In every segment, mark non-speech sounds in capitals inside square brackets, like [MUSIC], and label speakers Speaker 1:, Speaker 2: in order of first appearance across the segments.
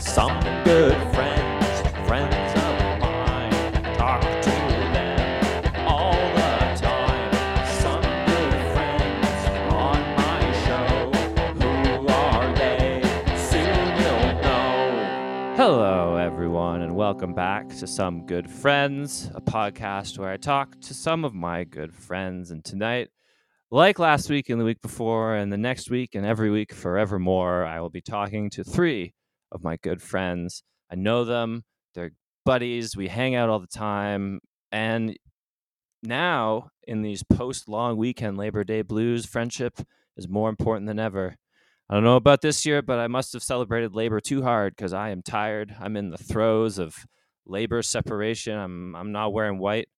Speaker 1: Some good friends, friends of mine, talk to them all the time. Some good friends on my show. Who are they? Soon you'll know. Hello, everyone, and welcome back to Some Good Friends, a podcast where I talk to some of my good friends. And tonight, like last week and the week before, and the next week and every week forevermore, I will be talking to three of my good friends. I know them, they're buddies, we hang out all the time. And now, in these post long weekend Labor Day blues, friendship is more important than ever. I don't know about this year, but I must have celebrated labor too hard because I am tired. I'm in the throes of labor separation. I'm, I'm not wearing white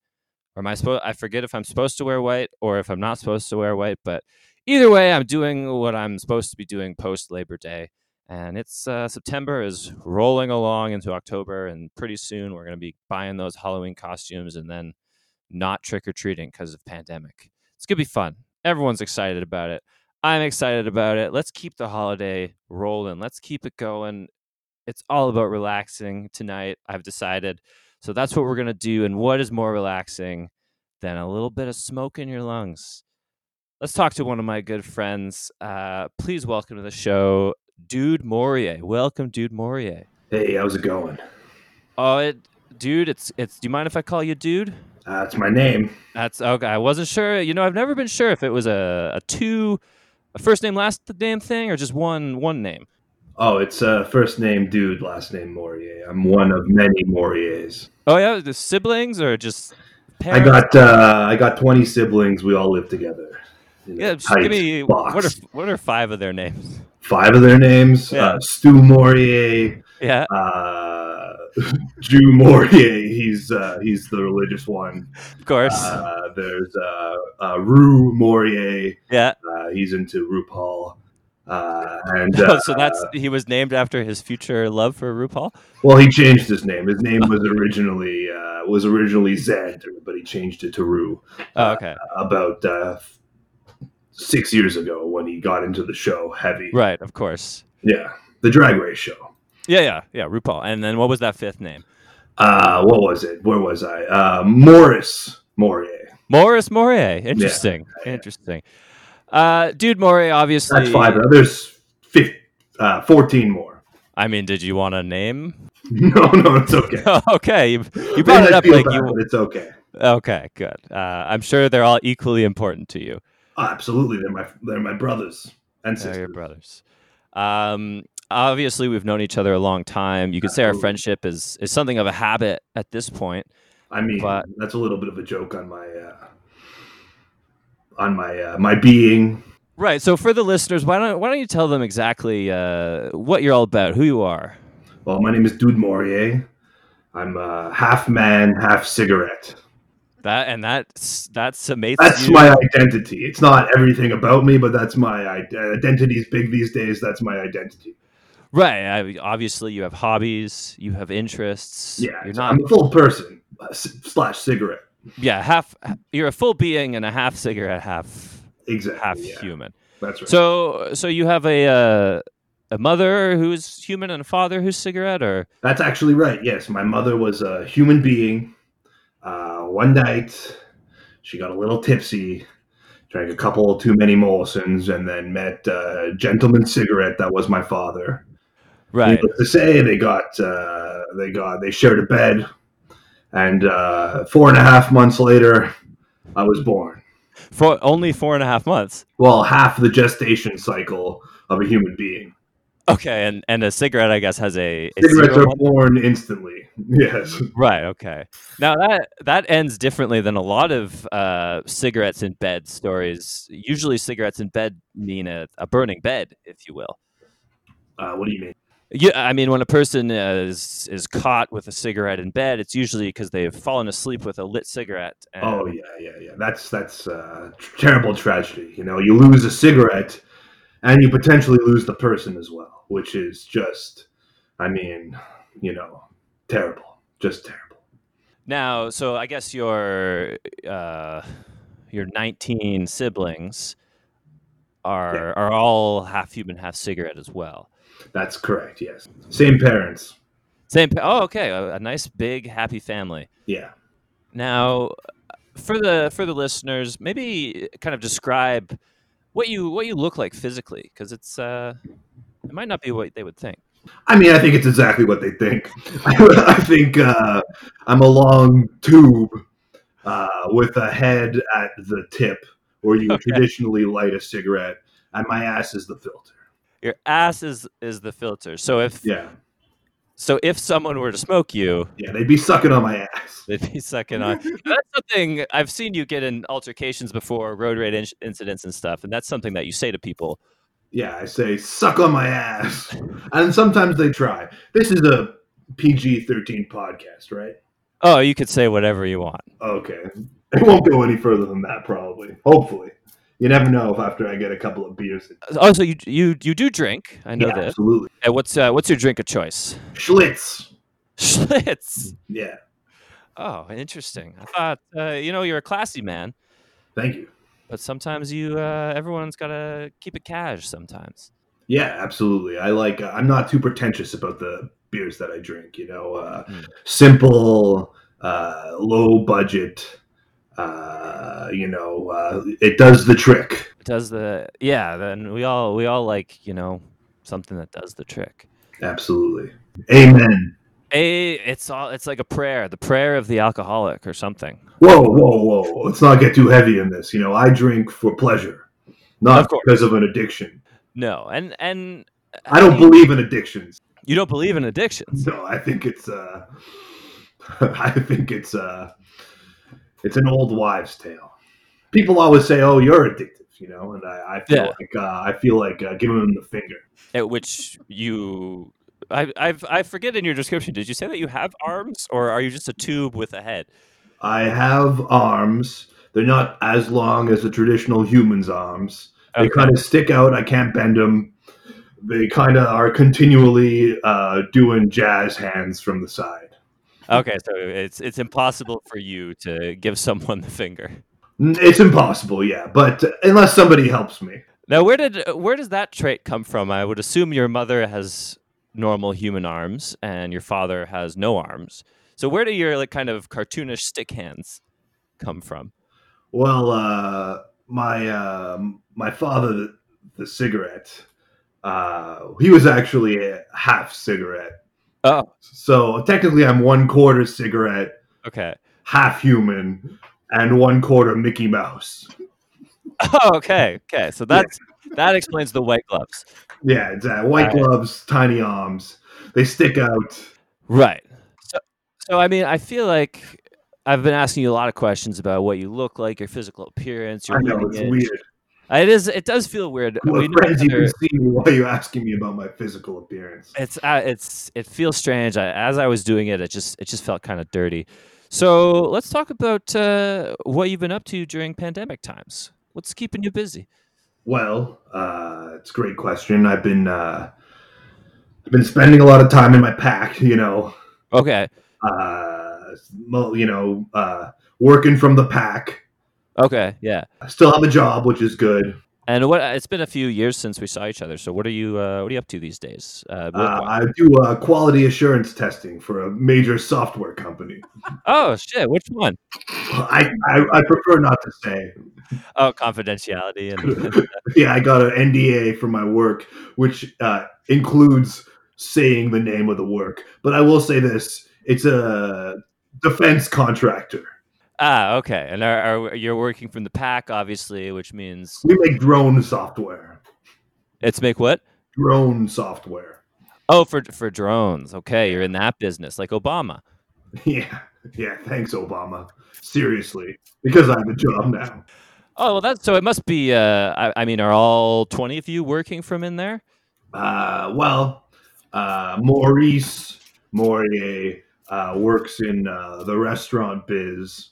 Speaker 1: or am I supposed? I forget if I'm supposed to wear white or if I'm not supposed to wear white. But either way, I'm doing what I'm supposed to be doing post Labor Day, and it's uh, September is rolling along into October, and pretty soon we're going to be buying those Halloween costumes and then not trick or treating because of pandemic. It's gonna be fun. Everyone's excited about it. I'm excited about it. Let's keep the holiday rolling. Let's keep it going. It's all about relaxing tonight. I've decided. So that's what we're going to do. And what is more relaxing than a little bit of smoke in your lungs? Let's talk to one of my good friends. Uh, please welcome to the show, Dude Morier. Welcome, Dude Morier.
Speaker 2: Hey, how's it going?
Speaker 1: Oh, it, dude, it's it's. Do you mind if I call you Dude?
Speaker 2: Uh, it's my name.
Speaker 1: That's okay. I wasn't sure. You know, I've never been sure if it was a, a two, a first name, last name thing, or just one one name.
Speaker 2: Oh, it's uh, first name dude, last name Morier. I'm one of many Moriers.
Speaker 1: Oh yeah, the siblings or just
Speaker 2: I
Speaker 1: parents.
Speaker 2: got uh, I got 20 siblings. We all live together. in a
Speaker 1: yeah. Just
Speaker 2: tight
Speaker 1: give me
Speaker 2: box.
Speaker 1: what are what are five of their names? [LAUGHS]
Speaker 2: five of their names?
Speaker 1: Yeah.
Speaker 2: Uh, Stu Morier,
Speaker 1: Yeah.
Speaker 2: uh, [LAUGHS] Jew Morier. He's uh, he's the religious one.
Speaker 1: Of course.
Speaker 2: Uh, there's uh, uh, Rue Morier.
Speaker 1: yeah.
Speaker 2: Uh, he's into RuPaul. Uh, and
Speaker 1: [LAUGHS]
Speaker 2: uh,
Speaker 1: so that's he was named after his future love for RuPaul.
Speaker 2: Well, he changed his name. His name was originally uh, was originally Xander, but he changed it to Rue
Speaker 1: Oh, okay.
Speaker 2: about uh, six years ago when he got into the show heavy.
Speaker 1: Right. Of course.
Speaker 2: Yeah, the Drag Race show.
Speaker 1: Yeah. Yeah. Yeah. RuPaul. And then what was that fifth name?
Speaker 2: Uh, what was it? Where was I? Uh, Morris Morier.
Speaker 1: Morris Morier. Interesting. Interesting. Uh, dude Morier, obviously.
Speaker 2: That's five. There's fif uh, fourteen more. [LAUGHS]
Speaker 1: I mean, did you want a name? [LAUGHS]
Speaker 2: No, no, it's okay.
Speaker 1: okay, you, you brought it
Speaker 2: I
Speaker 1: up
Speaker 2: feel
Speaker 1: like
Speaker 2: bad,
Speaker 1: you.
Speaker 2: but It's okay.
Speaker 1: Okay, good. Uh, I'm sure they're all equally important to you.
Speaker 2: Oh, absolutely, they're my they're my brothers and
Speaker 1: They're your
Speaker 2: sisters.
Speaker 1: brothers. Um, obviously, we've known each other a long time. You could say our
Speaker 2: Absolutely.
Speaker 1: friendship is is something of a habit at this point.
Speaker 2: I mean,
Speaker 1: But-
Speaker 2: that's a little bit of a joke on my uh, on my uh, my being.
Speaker 1: Right. So, for the listeners, why don't why don't you tell them exactly uh, what you're all about, who you are?
Speaker 2: Well, my name is Dude Morier. I'm uh, half man, half cigarette.
Speaker 1: That and that s- that summates
Speaker 2: That's
Speaker 1: you.
Speaker 2: my identity. It's not everything about me, but that's my identity. Identity's big these days. That's my identity.
Speaker 1: right. I, obviously, you have hobbies, you have interests.
Speaker 2: Yeah,
Speaker 1: You're
Speaker 2: it's-
Speaker 1: not.
Speaker 2: I'm a full person uh, s- slash cigarette.
Speaker 1: yeah, half. You're a full being and a half cigarette, half
Speaker 2: Exactly.
Speaker 1: half
Speaker 2: yeah,
Speaker 1: human.
Speaker 2: That's right.
Speaker 1: So, so you have a uh, a mother who's human and a father who's cigarette, or
Speaker 2: That's actually right. Yes, my mother was a human being. Uh, one night, she got a little tipsy, drank a couple too many Molsons, and then met uh, a gentleman cigarette that was my father.
Speaker 1: right?
Speaker 2: Needless to say, they got uh, they got they shared a bed, and uh, four and a half months later, I was born.
Speaker 1: For only four and a half months.
Speaker 2: Well, half the gestation cycle of a human being.
Speaker 1: Okay, and and a cigarette, I guess, has a, a
Speaker 2: Cigarettes
Speaker 1: zero
Speaker 2: are
Speaker 1: month-
Speaker 2: born instantly. [LAUGHS] Yes.
Speaker 1: right. Okay, now that that ends differently than a lot of uh, cigarettes in bed stories. Usually, cigarettes in bed mean a, a burning bed, if you will.
Speaker 2: Uh, what do you mean?
Speaker 1: Yeah, I mean, when a person is is caught with a cigarette in bed, it's usually because they've fallen asleep with a lit cigarette. And
Speaker 2: Oh yeah, yeah, yeah. That's that's uh, tr- terrible tragedy. You know, you lose a cigarette, and you potentially lose the person as well, which is just, I mean, you know, terrible. Just terrible.
Speaker 1: Now, so I guess your uh, your 19 siblings are
Speaker 2: Yeah.
Speaker 1: are all half human, half cigarette as well.
Speaker 2: That's correct. Yes. Same parents.
Speaker 1: Same. pa- Oh, okay. A, a nice big happy family.
Speaker 2: Yeah.
Speaker 1: Now, for the for the listeners, maybe kind of describe what you what you look like physically, because it's uh, it might not be what they would think.
Speaker 2: I mean, I think it's exactly what they think. [LAUGHS] I think uh, I'm a long tube uh, with a head at the tip, where you
Speaker 1: [LAUGHS] Okay.
Speaker 2: traditionally light a cigarette, and my ass is the filter.
Speaker 1: Your ass is is the filter. So if
Speaker 2: Yeah,
Speaker 1: so, if someone were to smoke you, [LAUGHS]
Speaker 2: yeah, they'd be sucking on my ass.
Speaker 1: they'd be sucking
Speaker 2: [LAUGHS]
Speaker 1: on. that's something I've seen you get in altercations before, road rage in- incidents and stuff, and that's something that you say to people.
Speaker 2: Yeah, I say suck on my ass, and sometimes they try. This is a PG-13 podcast, right?
Speaker 1: Oh, you could say whatever you want.
Speaker 2: Okay, it won't go any further than that, probably. Hopefully, you never know if after I get a couple of beers. It-
Speaker 1: Oh, so you you you do drink? I know
Speaker 2: yeah,
Speaker 1: this.
Speaker 2: absolutely.
Speaker 1: And what's uh, what's your drink of choice? [LAUGHS]
Speaker 2: Schlitz.
Speaker 1: Schlitz.
Speaker 2: Yeah,
Speaker 1: Oh, interesting. I thought uh, you know you're a classy man,
Speaker 2: thank you.
Speaker 1: but sometimes you uh, everyone's gotta keep it cash. Sometimes.
Speaker 2: Yeah, absolutely. I like. uh, I'm not too pretentious about the beers that I drink. You know, uh,
Speaker 1: Mm.
Speaker 2: simple, uh, low budget. Uh, you know, uh, it does the trick.
Speaker 1: Does the yeah? Then we all we all like you know something that does the trick.
Speaker 2: Absolutely. Amen.
Speaker 1: A it's all it's like a prayer, the prayer of the alcoholic or something.
Speaker 2: Whoa, whoa, whoa! Let's not get too heavy in this. You know, I drink for pleasure, not
Speaker 1: Of course.
Speaker 2: because of an addiction.
Speaker 1: No, and and
Speaker 2: I don't
Speaker 1: you,
Speaker 2: believe in addictions. [LAUGHS]
Speaker 1: you don't believe in addictions.
Speaker 2: No, I think it's. Uh, [LAUGHS] I think it's. Uh, it's an old wives' tale. People always say, "Oh, you're addicted," you know, and I, I feel
Speaker 1: Yeah.
Speaker 2: like uh, I feel like uh, giving them the finger.
Speaker 1: At which you, I I've, I forget in your description. Did you say that you have arms, or are you just a tube with a head?
Speaker 2: I have arms. They're not as long as a traditional human's arms. They
Speaker 1: Okay.
Speaker 2: kind of stick out. I can't bend them. They kind of are continually uh, doing jazz hands from the side.
Speaker 1: Okay, so it's it's impossible for you to give someone the finger.
Speaker 2: N- It's impossible, yeah. But unless somebody helps me,
Speaker 1: Now, where did where does that trait come from? I would assume your mother has normal human arms and your father has no arms. So where do your like kind of cartoonish stick hands come from?
Speaker 2: Well, uh, my um my father, the, the cigarette, uh, he was actually a half cigarette.
Speaker 1: Oh.
Speaker 2: So technically, I'm one quarter cigarette, [LAUGHS]
Speaker 1: Okay.
Speaker 2: half human, and one quarter Mickey Mouse.
Speaker 1: Oh, okay. Okay. So that's that explains the white gloves.
Speaker 2: Yeah, it's uh, white
Speaker 1: Alright.
Speaker 2: gloves, tiny arms. They stick out.
Speaker 1: Right. So, so I mean, I feel like I've been asking you a lot of questions about what you look like, your physical appearance, your
Speaker 2: I know
Speaker 1: leading
Speaker 2: it's
Speaker 1: edge.
Speaker 2: weird.
Speaker 1: It is. It does feel weird.
Speaker 2: Well,
Speaker 1: We know
Speaker 2: friends, you
Speaker 1: better-
Speaker 2: can see me while you're asking me about my physical appearance.
Speaker 1: it's uh, it's it feels strange. I, as I was doing it, it just it just felt kind of dirty. So let's talk about uh, what you've been up to during pandemic times. What's keeping you busy?
Speaker 2: Well, uh, it's a great question. I've been uh, I've been spending a lot of time in my pack. You know,
Speaker 1: Okay,
Speaker 2: uh, mo- you know, uh, working from the pack.
Speaker 1: okay, yeah.
Speaker 2: I still have a job, which is good.
Speaker 1: And what it's been a few years since we saw each other. So what are you uh, what are you up to these days? Uh,
Speaker 2: Uh,
Speaker 1: work-wise?
Speaker 2: I do uh, quality assurance testing for a major software company.
Speaker 1: oh shit, which one?
Speaker 2: I, I, I prefer not to say.
Speaker 1: Oh, confidentiality and [LAUGHS]
Speaker 2: Yeah, I got an NDA for my work, which uh, includes saying the name of the work. But I will say this: it's a defense contractor.
Speaker 1: ah okay. And are, are you're working from the pack, obviously, which means
Speaker 2: We make drone software.
Speaker 1: it's make what?
Speaker 2: Drone software. [LAUGHS]
Speaker 1: Oh, for for drones. Okay, you're in that business, like Obama.
Speaker 2: Yeah. Yeah. Thanks, Obama. Seriously. Because I have a job now.
Speaker 1: Oh well, that's so. It must be. Uh, I, I mean, are all twenty of you working from in there?
Speaker 2: Uh, well, uh, Maurice Morier uh, works in uh, the restaurant biz.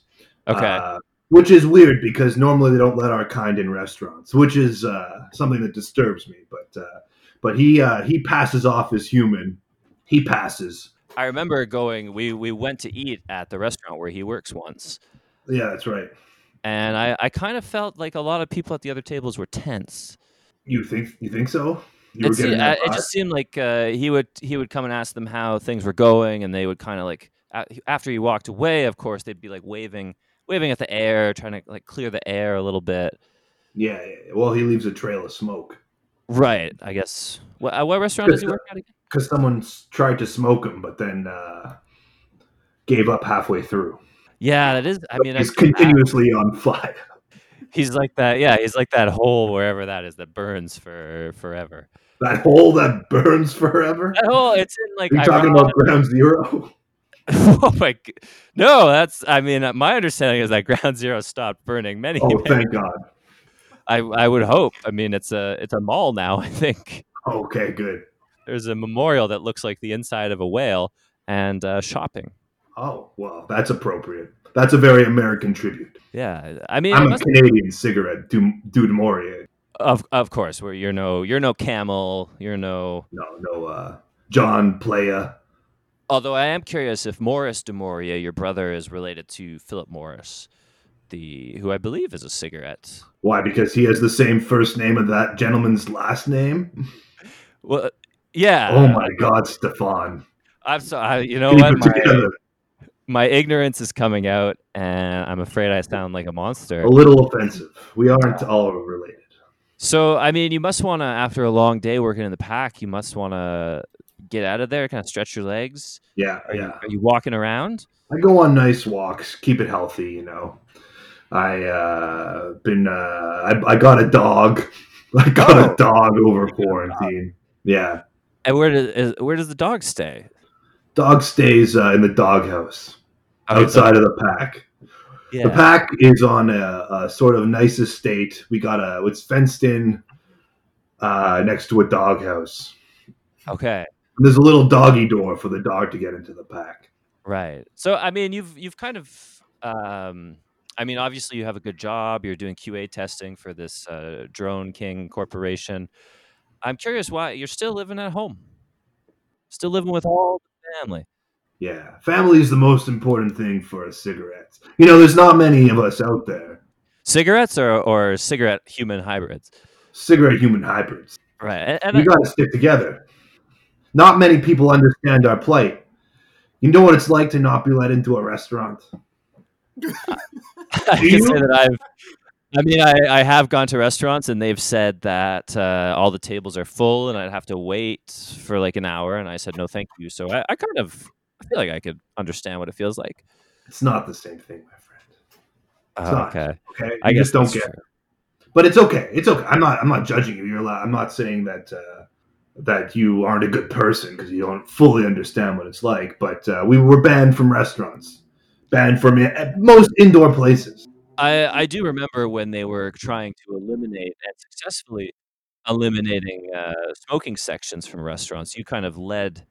Speaker 1: Okay.
Speaker 2: uh, which is weird because normally they don't let our kind in restaurants, which is uh, something that disturbs me. But uh, but he uh, he passes off as human. He passes.
Speaker 1: I remember going. We we went to eat at the restaurant where he works once,
Speaker 2: Yeah, that's right.
Speaker 1: and I I kind of felt like a lot of people at the other tables were tense.
Speaker 2: You think you think so? You
Speaker 1: It's,
Speaker 2: getting
Speaker 1: uh,
Speaker 2: that
Speaker 1: it
Speaker 2: vibe?
Speaker 1: just seemed like uh, he would he would come and ask them how things were going, and they would kind of like a- after he walked away, of course, they'd be like waving waving at the air, trying to like clear the air a little bit.
Speaker 2: yeah, yeah. Well, he leaves a trail of smoke
Speaker 1: Right, I guess. What, uh, what restaurant does he work at again?
Speaker 2: because someone s- tried to smoke him, but then uh, gave up halfway through.
Speaker 1: Yeah, that is. I mean,
Speaker 2: He's
Speaker 1: that's too bad.
Speaker 2: continuously on fire.
Speaker 1: he's like that. Yeah, he's like that hole wherever that is that burns for forever.
Speaker 2: That hole that burns
Speaker 1: [LAUGHS]
Speaker 2: forever.
Speaker 1: That hole, it's in like.
Speaker 2: Are you talking
Speaker 1: ironic-
Speaker 2: about ground zero?
Speaker 1: [LAUGHS] oh my! g- No, that's. I mean, uh, my understanding is that [LAUGHS] Ground Zero stopped burning many.
Speaker 2: Oh, thank God.
Speaker 1: I I would hope. I mean, it's a it's a mall now. [LAUGHS] I think
Speaker 2: Okay, good.
Speaker 1: there's a memorial that looks like the inside of a whale and uh, shopping.
Speaker 2: Oh, well, that's appropriate. That's a very American tribute.
Speaker 1: Yeah, I mean, it
Speaker 2: I'm a
Speaker 1: must-
Speaker 2: Canadian cigarette du- dude Maurier.
Speaker 1: of of course, where you're no you're no camel, you're no.
Speaker 2: No, no, uh, John Playa.
Speaker 1: Although I am curious if Morris de Moria, your brother, is related to Philip Morris, the who I believe is a cigarette.
Speaker 2: Why? Because he has the same first name of that gentleman's last name?
Speaker 1: Well, uh, yeah.
Speaker 2: oh my God, Stefan.
Speaker 1: I'm sorry. You know
Speaker 2: Keep
Speaker 1: what?
Speaker 2: it
Speaker 1: My,
Speaker 2: together.
Speaker 1: my ignorance is coming out, and I'm afraid I sound like a monster.
Speaker 2: A little offensive. We aren't all related.
Speaker 1: So, I mean, you must want to, after a long day working in the pack, you must want to get out of there, kind of stretch your legs.
Speaker 2: Yeah,
Speaker 1: Are, you,
Speaker 2: Oh, yeah.
Speaker 1: are you walking around?
Speaker 2: I go on nice walks, keep it healthy, you know. I uh been uh I, I got a dog. [LAUGHS] I got
Speaker 1: Oh.
Speaker 2: a dog over quarantine. Yeah.
Speaker 1: And where does is, where does the dog stay?
Speaker 2: Dog stays uh, in the doghouse
Speaker 1: Okay, so-
Speaker 2: outside of the pack.
Speaker 1: yeah.
Speaker 2: The pack is on a, a sort of nice estate. We got a it's fenced in uh next to a doghouse.
Speaker 1: Okay.
Speaker 2: And there's a little doggy door for the dog to get into the pack.
Speaker 1: Right. So, I mean, you've you've kind of, um, I mean, obviously you have a good job. You're doing QA testing for this uh, Drone King Corporation. I'm curious why you're still living at home, still living with all the family.
Speaker 2: Yeah, family is the most important thing for a cigarette. You know, there's not many of us out there.
Speaker 1: Cigarettes or or cigarette human hybrids.
Speaker 2: cigarette human hybrids.
Speaker 1: Right. And, and
Speaker 2: We got to stick together. Not many people understand our plight. You know what it's like to not be let into a restaurant.
Speaker 1: I
Speaker 2: Do
Speaker 1: can
Speaker 2: you?
Speaker 1: say that I've. I mean, I, I have gone to restaurants and they've said that uh, all the tables are full and I'd have to wait for like an hour. And I said, no, thank you. So I, I kind of I feel like I could understand what it feels like.
Speaker 2: It's not the same thing, my friend.
Speaker 1: Oh,
Speaker 2: not.
Speaker 1: okay.
Speaker 2: Okay,
Speaker 1: I
Speaker 2: you
Speaker 1: guess
Speaker 2: just don't
Speaker 1: that's
Speaker 2: get.
Speaker 1: true.
Speaker 2: It. But it's okay. It's okay. I'm not. I'm not judging you. You're. Allowed, I'm not saying that uh, that you aren't a good person because you don't fully understand what it's like. But uh, we were banned from restaurants, banned from uh, most indoor places.
Speaker 1: I, I do remember when they were trying to eliminate and successfully eliminating uh, smoking sections from restaurants. You kind of led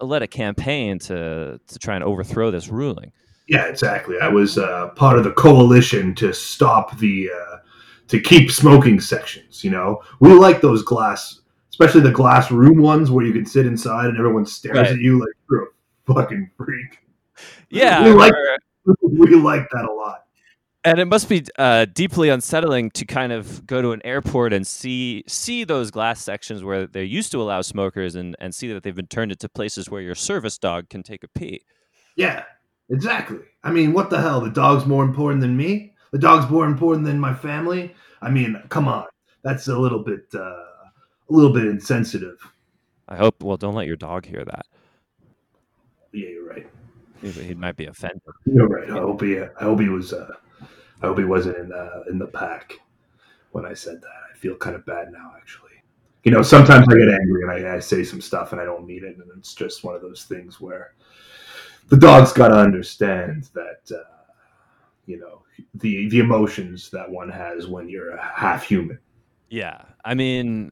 Speaker 1: led a campaign to to try and overthrow this ruling.
Speaker 2: Yeah, exactly. I was uh, part of the coalition to stop the uh, to keep smoking sections. You know, we like those glass, especially the glass room ones where you can sit inside and everyone stares
Speaker 1: Right.
Speaker 2: at you like you're a fucking freak. [LAUGHS]
Speaker 1: Yeah,
Speaker 2: We like-
Speaker 1: or-
Speaker 2: we like that a lot.
Speaker 1: and it must be uh, deeply unsettling to kind of go to an airport and see see those glass sections where they used to allow smokers and, and see that they've been turned into places where your service dog can take a pee.
Speaker 2: Yeah, exactly. I mean, what the hell? The dog's more important than me. The dog's more important than my family. I mean, come on, that's a little bit uh, a little bit insensitive.
Speaker 1: I hope. Well, don't let your dog hear that.
Speaker 2: Yeah, you're right.
Speaker 1: He, he might be offended.
Speaker 2: You're right. I hope he. I hope he was. Uh, I hope he wasn't in uh, in the pack when I said that. I feel kind of bad now, actually. You know, sometimes I get angry and I, I say some stuff and I don't mean it, and it's just one of those things where the dog's got to understand that uh, you know the the emotions that one has when you're half human.
Speaker 1: Yeah, I mean,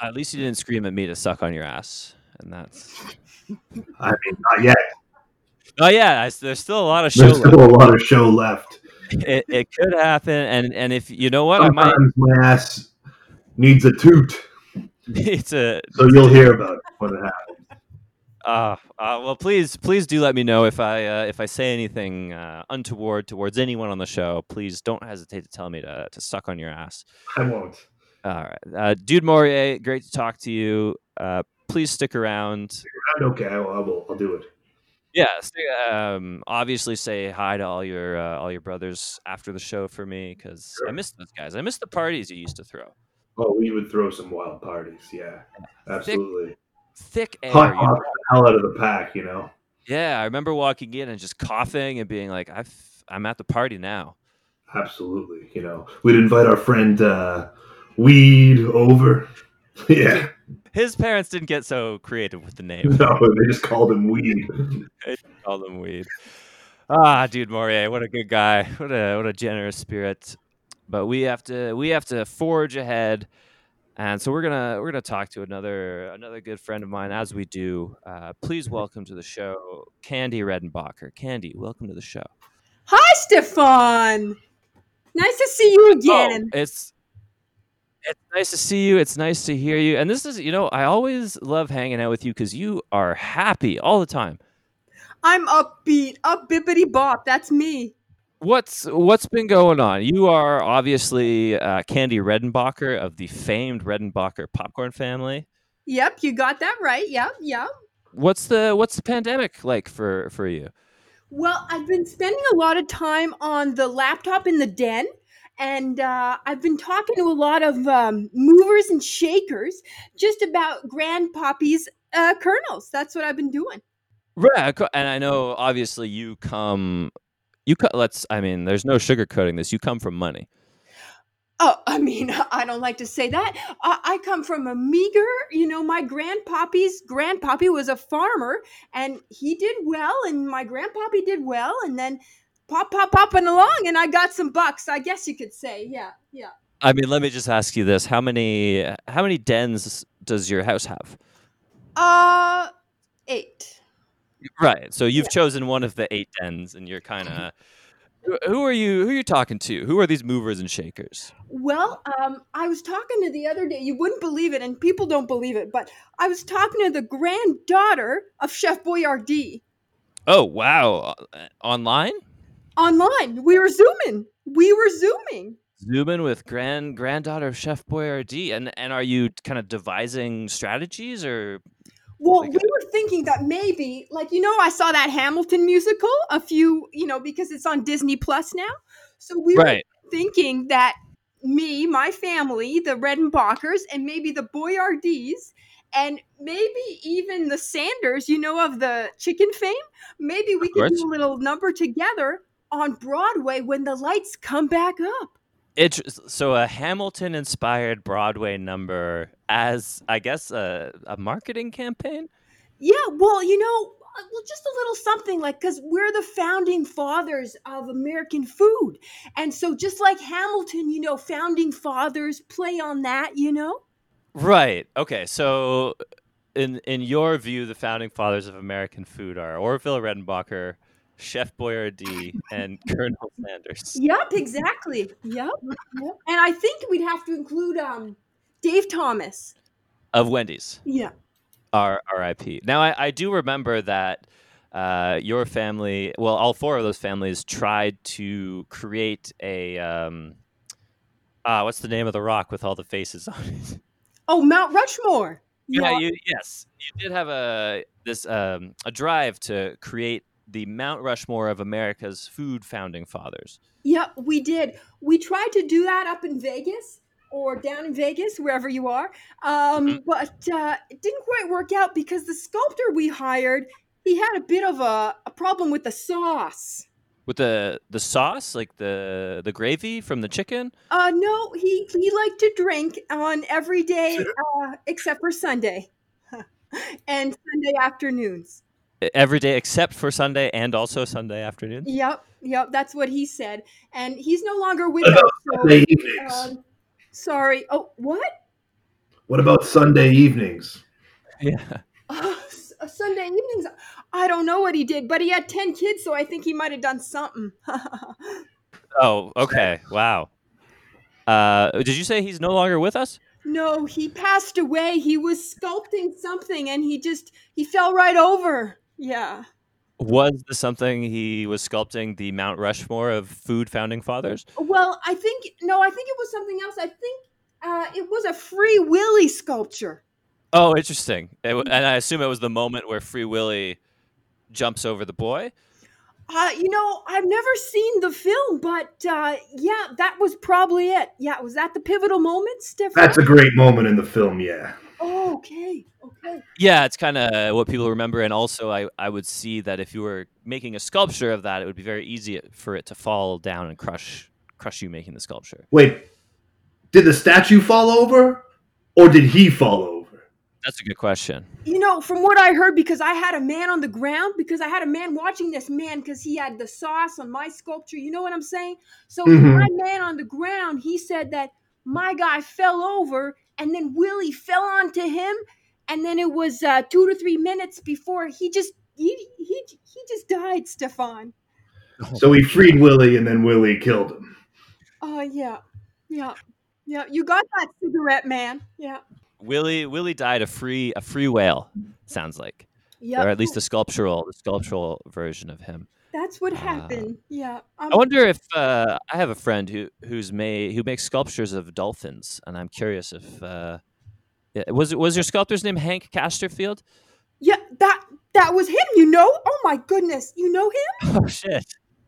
Speaker 1: at least you didn't scream at me to suck on your ass, and that's.
Speaker 2: I mean, not yet.
Speaker 1: Oh yeah, I s there's still a lot of show.
Speaker 2: There's
Speaker 1: Left.
Speaker 2: still a lot of show left.
Speaker 1: It, it could happen, and and if you know what, I
Speaker 2: [LAUGHS]
Speaker 1: might [LAUGHS]
Speaker 2: Sometimes my ass needs a toot,
Speaker 1: need to
Speaker 2: so you'll hear about it when it happens.
Speaker 1: Uh, uh, well, please, please do let me know if I uh, if I say anything uh, untoward towards anyone on the show. Please don't hesitate to tell me to to suck on your ass.
Speaker 2: I won't.
Speaker 1: All right. Uh, Dude Morier, great to talk to you. Uh, please stick around.
Speaker 2: Okay, I will. I will I'll do it.
Speaker 1: Yeah. Stay, um, obviously, say hi to all your uh, all your brothers after the show for me because I
Speaker 2: Sure.
Speaker 1: miss those guys. I miss the parties you used to throw.
Speaker 2: Oh, we would throw some wild parties. Yeah, absolutely.
Speaker 1: Thick air.
Speaker 2: Hot,
Speaker 1: you
Speaker 2: hot the hell out of the pack, you know.
Speaker 1: Yeah, I remember walking in and just coughing and being like, I've, I'm at the party now.
Speaker 2: Absolutely, you know. We'd invite our friend uh, Weed over. [LAUGHS]
Speaker 1: [LAUGHS]
Speaker 2: yeah,
Speaker 1: His parents didn't get so creative with the
Speaker 2: [LAUGHS]
Speaker 1: name.
Speaker 2: no, they just called him Weed.
Speaker 1: Call them weed. Ah, dude, Morier, what a good guy. What a what a generous spirit. But we have to we have to forge ahead, and so we're gonna we're gonna talk to another another good friend of mine as we do. Uh, please welcome to the show, Candy Redenbacher. Candy, welcome to the show.
Speaker 3: Hi, Stefan. Nice to see you
Speaker 1: Oh,
Speaker 3: again.
Speaker 1: it's it's nice to see you. It's nice to hear you. And this is, you know, I always love hanging out with you because you are happy all the time.
Speaker 3: I'm upbeat, up bippity bop. That's me.
Speaker 1: What's what's been going on? You are obviously uh, Candy Redenbacher of the famed Redenbacher popcorn family.
Speaker 3: Yep, you got that right. Yep, yep.
Speaker 1: What's the what's the pandemic like for for you?
Speaker 3: Well, I've been spending a lot of time on the laptop in the den, and uh, I've been talking to a lot of um, movers and shakers just about Grandpappy's uh, kernels. That's what I've been doing.
Speaker 1: Right, of cou- and I know obviously you come, you cut. Let's, I mean, there's no sugarcoating this. You come from money.
Speaker 3: Oh, I mean, [LAUGHS] I don't like to say that. I, I come from a meager, you know, my grandpappy's grandpappy was a farmer and he did well, and my grandpappy did well, and then pop, pop, popping along, and I got some bucks, I guess you could say. Yeah, yeah.
Speaker 1: I mean, let me just ask you this: how many how many dens does your house have?
Speaker 3: Uh, eight.
Speaker 1: Right. Mm-hmm. So you've chosen one of the eight dens, and you're kind of. Who are you? Who are you talking to? Who are these movers and shakers?
Speaker 3: Well, um, I was talking to the other day, you wouldn't believe it, and people don't believe it, but I was talking to the granddaughter of Chef Boyardee
Speaker 1: Oh wow! Uh, Online,
Speaker 3: online. We were Zooming. We were Zooming.
Speaker 1: zooming with grand granddaughter of Chef Boyardee, and and are you kind of devising strategies or?
Speaker 3: Well,
Speaker 1: Like-
Speaker 3: we were thinking that maybe, like you know, I saw that Hamilton musical a few, you know, because it's on Disney Plus now. So we
Speaker 1: Right.
Speaker 3: were thinking that me, my family, the Redenbachers, and maybe the Boyardees, and maybe even the Sanders, you know, of the chicken fame, maybe we could
Speaker 1: course.
Speaker 3: do a little number together on Broadway when the lights come back up.
Speaker 1: It, so a Hamilton-inspired Broadway number as I guess a, a marketing campaign.
Speaker 3: Yeah, well, you know, uh, well, just a little something like because we're the founding fathers of American food, and so just like Hamilton, you know, founding fathers play on that, you know.
Speaker 1: Right. Okay. So, in in your view, the founding fathers of American food are Orville Redenbacher, Chef Boyardee, and Colonel Sanders.
Speaker 3: Yep, exactly. Yep, yep. And I think we'd have to include um, Dave Thomas.
Speaker 1: of Wendy's.
Speaker 3: Yeah.
Speaker 1: R R.I.P. Now, I, I do remember that uh, your family, well, all four of those families tried to create a um, ah, what's the name of the rock with all the faces [LAUGHS] on it?
Speaker 3: Oh, Mount Rushmore.
Speaker 1: Yeah, you, yes, you did have a this um, a drive to create the Mount Rushmore of America's food founding fathers.
Speaker 3: Yeah, we did. We tried to do that up in Vegas or down in Vegas, wherever you are. Um, but uh, it didn't quite work out because the sculptor we hired, he had a bit of a, a problem with the sauce.
Speaker 1: With the the sauce, like the the gravy from the chicken.
Speaker 3: Uh, no, he, he liked to drink on every day uh, except for Sunday [LAUGHS] and Sunday afternoons.
Speaker 1: e, Every day except for Sunday and also Sunday afternoon.
Speaker 3: Yep, yep, that's what he said. And he's no longer with us.
Speaker 2: Sunday
Speaker 3: So,
Speaker 2: evenings.
Speaker 3: um, sorry. Oh, what?
Speaker 2: what about Sunday evenings?
Speaker 1: [LAUGHS] Yeah.
Speaker 3: [LAUGHS] Oh, s- uh, Sunday evenings. I don't know what he did, but he had 10 kids, so I think he might have done something. [LAUGHS]
Speaker 1: Oh, okay. Wow. Uh, did you say he's no longer with us?
Speaker 3: no, he passed away. He was sculpting something and he just he fell right over. Yeah.
Speaker 1: Was this something he was sculpting the Mount Rushmore of food founding fathers?
Speaker 3: Well, I think no, I think it was something else. I think Uh, it was a Free Willy sculpture.
Speaker 1: Oh, interesting. It w- and I assume it was the moment where Free Willy jumps over the boy.
Speaker 3: Uh, you know, I've never seen the film, but uh, yeah, that was probably it. Yeah, was that the pivotal moment, Stefan?
Speaker 2: That's a great moment in the film, yeah.
Speaker 3: oh, okay, okay.
Speaker 1: Yeah, it's kind of what people remember. And also, I, I would see that if you were making a sculpture of that, it would be very easy for it to fall down and crush crush you making the sculpture.
Speaker 2: Wait, did the statue fall over or did he fall over?
Speaker 1: That's a good question.
Speaker 3: You know, from what I heard, because I had a man on the ground, because I had a man watching this man, because he had the sauce on my sculpture. You know what I'm saying? So
Speaker 2: Mhm.
Speaker 3: my man on the ground, he said that my guy fell over, and then Willie fell onto him, and then it was uh, two to three minutes before he just he he he just died, Stefan.
Speaker 1: Oh.
Speaker 2: So he freed Willie and then Willie killed him.
Speaker 3: Oh yeah, yeah, yeah. You got that cigarette, man. Yeah,
Speaker 1: Willie Willie died a free a free whale. Sounds like,
Speaker 3: yeah.
Speaker 1: or at least a sculptural the sculptural version of him.
Speaker 3: that's what
Speaker 1: Ah.
Speaker 3: happened. yeah. Um,
Speaker 1: I wonder if uh, I have a friend who who's made who makes sculptures of dolphins, and I'm curious if uh, yeah, was was your sculptor's name Hank Casterfield?
Speaker 3: Yeah, that that was him. You know? Oh my goodness, you know him?
Speaker 1: [LAUGHS] Oh shit!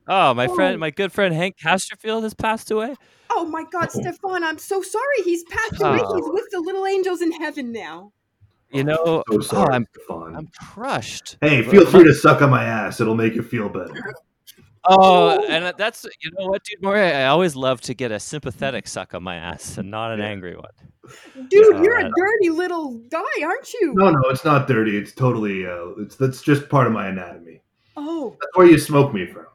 Speaker 1: Oh, my
Speaker 3: Oh.
Speaker 1: friend, my good friend Hank Casterfield has passed away.
Speaker 3: Oh my God,
Speaker 2: Oh.
Speaker 3: Stefan, I'm so sorry. He's passed away. He's
Speaker 1: Oh.
Speaker 3: with the little angels in heaven now.
Speaker 1: You know,
Speaker 2: So sorry,
Speaker 1: Oh, I'm-
Speaker 2: Stefan.
Speaker 1: I'm crushed.
Speaker 2: Hey, feel free to suck on my ass. It'll make you feel
Speaker 1: [LAUGHS]
Speaker 2: better.
Speaker 1: Oh, and that's you know what, dude, Maury. I always love to get a sympathetic suck on my ass and not an
Speaker 2: Yeah.
Speaker 1: angry one.
Speaker 3: Dude,
Speaker 1: Yeah.
Speaker 3: you're a dirty little guy, aren't you?
Speaker 2: No, no, it's not dirty. It's totally. Uh, it's that's just part of my anatomy.
Speaker 3: Oh,
Speaker 2: That's where you smoke me from.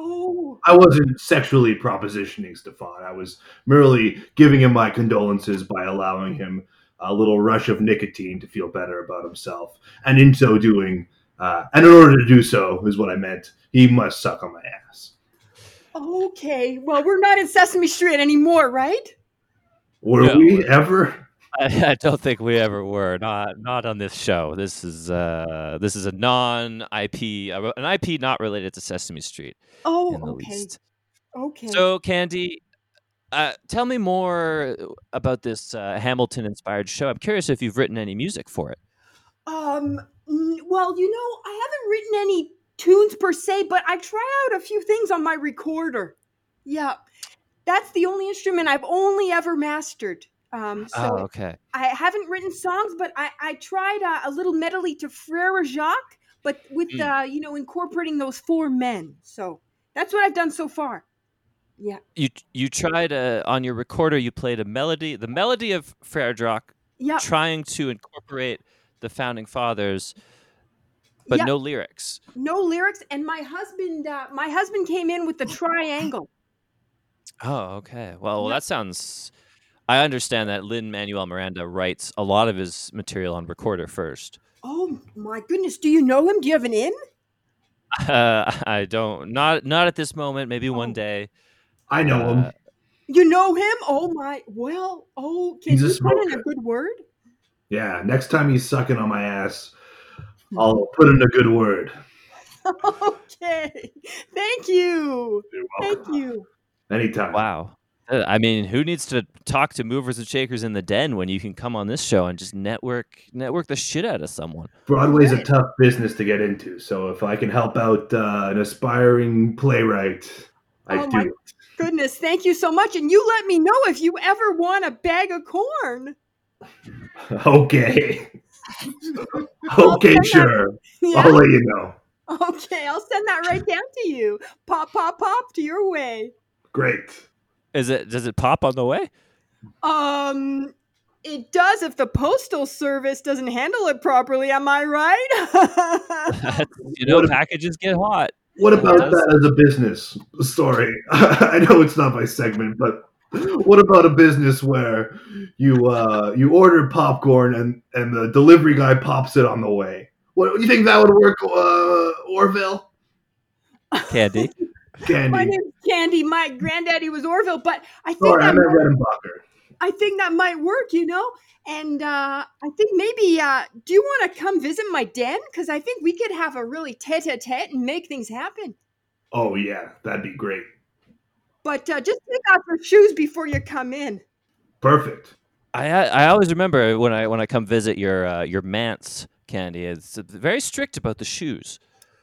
Speaker 3: oh,
Speaker 2: I wasn't sexually propositioning Stefan. I was merely giving him my condolences by allowing him a little rush of nicotine to feel better about himself, and in so doing, uh, and in order to do so, is what I meant. He must suck on my ass.
Speaker 3: okay. Well, we're not in Sesame Street anymore, right?
Speaker 2: Were
Speaker 1: Yeah.
Speaker 2: we ever?
Speaker 1: I, [LAUGHS] I don't think we ever were. Not not on this show. This is uh this is a non IP an IP not related to Sesame Street
Speaker 3: Oh,
Speaker 1: in the
Speaker 3: okay,
Speaker 1: least.
Speaker 3: okay.
Speaker 1: So Candy, uh, tell me more about this uh, Hamilton inspired show. I'm curious if you've written any music for it.
Speaker 3: Um, n- well, you know, I haven't written any tunes per se, but I try out a few things on my recorder. Yeah, that's the only instrument I've only ever mastered. Um, so
Speaker 1: oh, okay.
Speaker 3: I haven't written songs, but I, I tried uh, a little medley to Frere Jacques, but with
Speaker 2: Mm.
Speaker 3: uh, you know incorporating those four men. So that's what I've done so far. Yeah,
Speaker 1: You you tried uh, on your recorder. You played a melody, the melody of Frere Jacques,
Speaker 3: yeah,
Speaker 1: trying to incorporate the founding fathers, but
Speaker 3: yeah.
Speaker 1: no lyrics.
Speaker 3: No lyrics, and my husband, uh, my husband came in with the triangle.
Speaker 1: Oh, okay. Well, well
Speaker 3: Yeah.
Speaker 1: that sounds. I understand that Lynn Manuel Miranda writes a lot of his material on recorder first. [LAUGHS]
Speaker 3: Oh my goodness, do you know him? Do you have an in?
Speaker 1: Uh, I don't not not at this moment. Maybe
Speaker 3: Oh.
Speaker 1: one day.
Speaker 2: I know
Speaker 1: Uh,
Speaker 2: him.
Speaker 3: You know him? Oh my! Well, oh, can
Speaker 2: He's a
Speaker 3: you put in a
Speaker 2: smoker.
Speaker 3: good word? [LAUGHS]
Speaker 2: Yeah. Next time he's sucking on my ass,
Speaker 1: hmm.
Speaker 2: I'll put in a good word.
Speaker 3: okay, thank you,
Speaker 2: You're
Speaker 3: thank
Speaker 2: welcome.
Speaker 3: you.
Speaker 2: Anytime.
Speaker 1: Wow. Uh, I mean, who needs to talk to movers and shakers in the den when you can come on this show and just network network the shit out of someone?
Speaker 2: Broadway's a
Speaker 3: Right.
Speaker 2: tough business to get into, so if I can help out uh, an aspiring playwright, I
Speaker 3: Oh
Speaker 2: do.
Speaker 3: my- Goodness, thank you so much. And you let me know if you ever want a bag of corn.
Speaker 2: [LAUGHS]
Speaker 3: [LAUGHS]
Speaker 2: Okay.
Speaker 3: Well,
Speaker 2: okay,
Speaker 3: send that-
Speaker 2: sure. I'll
Speaker 3: Yeah.
Speaker 2: let you know.
Speaker 3: Okay, I'll send that right down to you. Pop, pop, pop to your way.
Speaker 2: Great.
Speaker 1: Is it does it pop on the way? [LAUGHS]
Speaker 3: Um, it does if the postal service doesn't handle it properly. Am I right? [LAUGHS]
Speaker 1: you know,
Speaker 2: What if-
Speaker 1: packages get hot.
Speaker 2: What about
Speaker 1: does-
Speaker 2: that as a business? Sorry, [LAUGHS] I know it's not my segment, but what about a business where you uh, you order popcorn and and the delivery guy pops it on the way? What you think that would work, uh, Orville?
Speaker 1: Candy.
Speaker 3: My
Speaker 2: Candy.
Speaker 3: name's Candy. My granddaddy was Orville, but I think
Speaker 2: Sorry, I
Speaker 3: that
Speaker 2: meant Redenbacher.
Speaker 3: I think that might work, you know? And uh, I think maybe, uh, do you want to come visit my den? Because I think we could have a really tete a tete and make things happen.
Speaker 2: Oh yeah, that'd be great.
Speaker 3: But uh, just take off your shoes before you come in.
Speaker 2: Perfect.
Speaker 1: I I always remember when I when I come visit your uh, your manse candy. It's very strict about the shoes.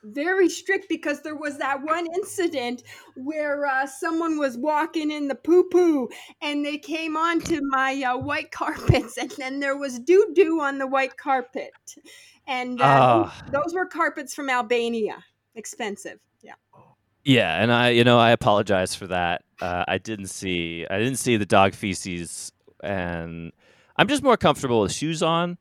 Speaker 3: very strict because there was that one incident where uh, someone was walking in the poo poo and they came onto my uh, white [LAUGHS] carpets and then there was doo doo on the white carpet. And uh,
Speaker 1: Ah.
Speaker 3: those were carpets from Albania, expensive. Yeah.
Speaker 1: Yeah, and I you know I apologize for that. Uh, I didn't see I didn't see the dog feces, and I'm just more comfortable with shoes on.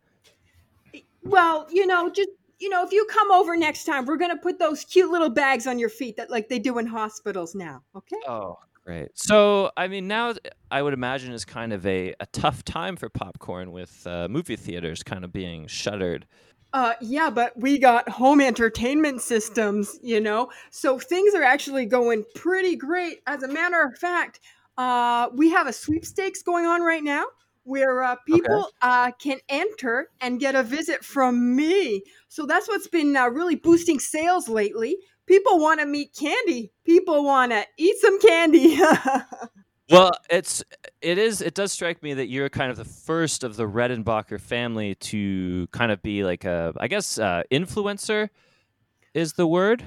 Speaker 3: Well, you know, just you know, if you come over next time, we're gonna put those cute little bags on your feet that like they do in hospitals now. Okay.
Speaker 1: Oh, great. So, I mean, now th- I would imagine is kind of a, a tough time for popcorn with uh, movie theaters kind of being shuttered.
Speaker 3: Uh, yeah, but we got home entertainment systems, you know, so things are actually going pretty great. As a matter of fact, uh, we have a sweepstakes going on right now where uh, people uh, can enter and get a visit from me. So that's what's been uh, really boosting sales lately. People want to meet candy. People want to eat some candy. [LAUGHS]
Speaker 1: Well, it's it is it does strike me that you're kind of the first of the Redenbacher family to kind of be like a I guess uh, influencer is the word.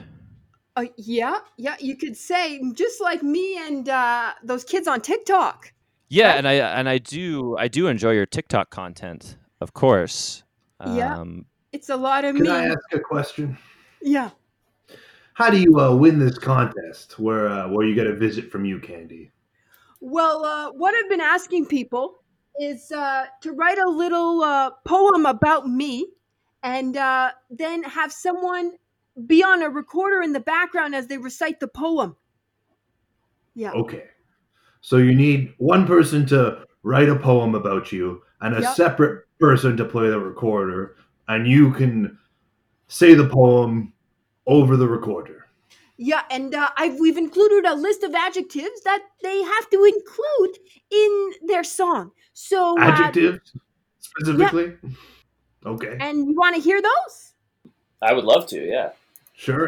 Speaker 3: Uh, yeah, yeah, you could say just like me and uh, those kids on TikTok.
Speaker 1: Yeah,
Speaker 3: Right.
Speaker 1: and I and I do I do enjoy your TikTok content, of course.
Speaker 3: Yeah.
Speaker 1: Um,
Speaker 3: It's a lot of
Speaker 2: Can
Speaker 3: me.
Speaker 2: I ask a question?
Speaker 3: yeah.
Speaker 2: How do you uh, win this contest where uh, where you get a visit from you, Candy?
Speaker 3: Well, uh, what I've been asking people is uh, to write a little uh, poem about me and uh, then have someone be on a recorder in the background as they recite the poem. Yeah.
Speaker 2: Okay. So you need one person to write a poem about you and a
Speaker 3: Yep.
Speaker 2: separate person to play the recorder, and you can say the poem over the recorder.
Speaker 3: Yeah, and uh, I've, we've included a list of adjectives that they have to include in their song. So, uh,
Speaker 2: Adjectives specifically. Okay.
Speaker 3: and you want to hear those?
Speaker 4: I would love to. Yeah.
Speaker 2: Sure.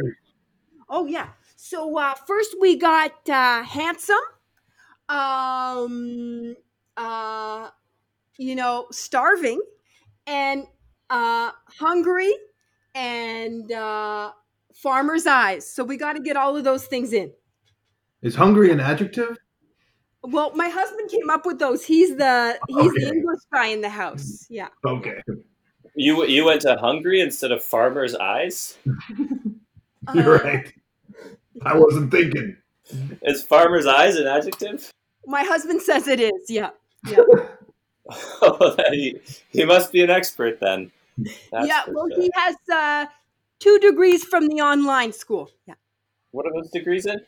Speaker 3: Oh yeah. So uh, first we got uh, handsome, um, uh, you know, starving, and uh, hungry, and uh, farmer's eyes. So we got to get all of those things in.
Speaker 2: Is hungry an adjective?
Speaker 3: Well, my husband came up with those. He's the
Speaker 4: Oh,
Speaker 3: he's the
Speaker 2: Okay.
Speaker 3: English guy in the house.
Speaker 4: [LAUGHS]
Speaker 3: Yeah.
Speaker 2: Okay.
Speaker 4: You you went to hungry instead of farmer's eyes.
Speaker 2: [LAUGHS] You're
Speaker 3: Uh,
Speaker 2: right. I wasn't thinking.
Speaker 4: Is farmer's eyes an adjective? [LAUGHS]
Speaker 3: My husband says it is. Yeah.
Speaker 4: Oh, he, he must be an expert then. That's
Speaker 3: yeah.
Speaker 4: for
Speaker 3: Well,
Speaker 4: sure.
Speaker 3: he has uh, two degrees from the online school. Yeah.
Speaker 4: What are those degrees in?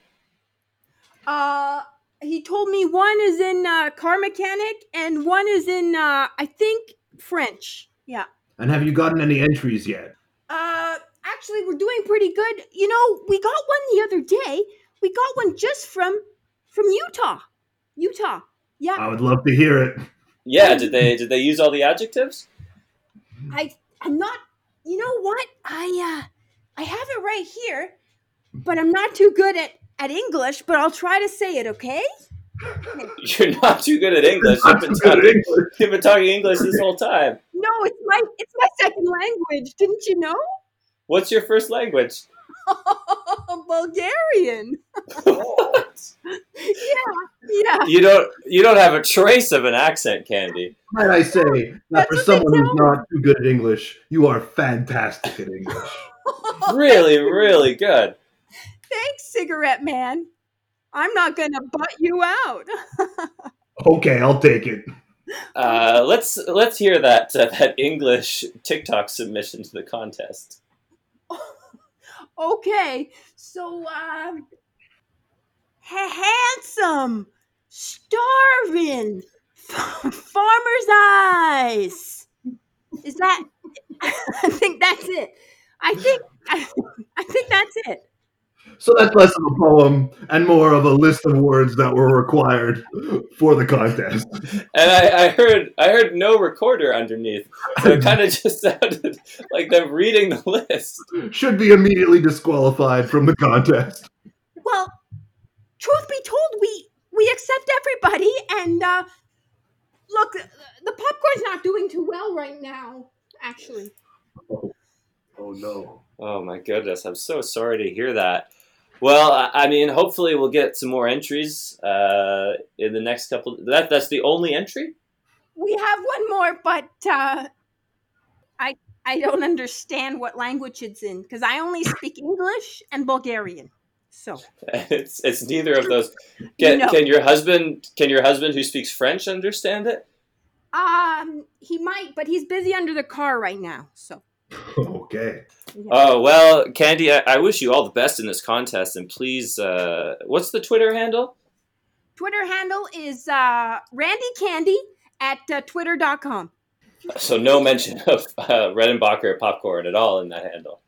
Speaker 3: Uh, he told me one is in uh, car mechanic and one is in uh, I think French. Yeah.
Speaker 2: And have you gotten any entries yet?
Speaker 3: Uh, actually, we're doing pretty good. You know, we got one the other day. We got one just from from Utah, Utah. Yeah,
Speaker 2: I would love to hear [LAUGHS] it.
Speaker 4: Yeah, did they did they use all the adjectives? [LAUGHS]
Speaker 3: I I'm not. You know what? I uh, I have it right here, but I'm not too good at at English. But I'll try to say it. Okay.
Speaker 4: You're not too good at English. You've been,
Speaker 2: Good
Speaker 4: talking,
Speaker 2: English.
Speaker 4: you've been talking English this whole time.
Speaker 3: No, it's my it's my second language. Didn't you know? [LAUGHS]
Speaker 4: What's your first language?
Speaker 3: Bulgarian. Yeah, yeah.
Speaker 4: You don't you don't have a trace of an accent, Candy.
Speaker 2: Might I say that
Speaker 3: That's
Speaker 2: for
Speaker 3: what they
Speaker 2: someone who's
Speaker 3: tell
Speaker 2: not too good at English, you are fantastic at English.
Speaker 4: Really, really good.
Speaker 3: Thanks, cigarette man. I'm not gonna butt you out.
Speaker 2: Okay, I'll take it.
Speaker 4: Uh, let's let's hear that uh, that English TikTok submission to the contest.
Speaker 3: okay, so uh, ha- handsome, starving, farmer's eyes. Is that? [LAUGHS] I think that's it. I think [LAUGHS] I, I think that's it.
Speaker 2: So that's less of a poem and more of a list of words that were required for the contest.
Speaker 4: And I, I heard I heard no recorder underneath, so it kind of just
Speaker 1: [LAUGHS]
Speaker 4: sounded like them reading the list.
Speaker 2: Should be immediately disqualified from the contest.
Speaker 3: Well, truth be told, we we accept everybody, and uh, Look, the the popcorn's not doing too well right now, actually.
Speaker 2: Oh no.
Speaker 1: Oh my goodness, I'm so sorry to hear that. Well, I- I mean, hopefully we'll get some more entries uh, in the next couple. That that's the only entry. [LAUGHS]
Speaker 3: We have one more, but uh, I I don't understand what language it's in because I only speak English and Bulgarian. So
Speaker 1: It's it's neither of those. Can,
Speaker 3: No.
Speaker 1: can your husband can your husband who speaks French understand it?
Speaker 3: um, he might, but he's busy under the car right now. So
Speaker 2: Okay.
Speaker 3: yeah.
Speaker 1: Oh well, Candy, I, I wish you all the best in this contest, and please, uh, what's the Twitter handle?
Speaker 3: Twitter handle is uh, Randy Candy at uh, twitter.com.
Speaker 1: So no mention [LAUGHS] of uh, Redenbacher popcorn at all in that handle.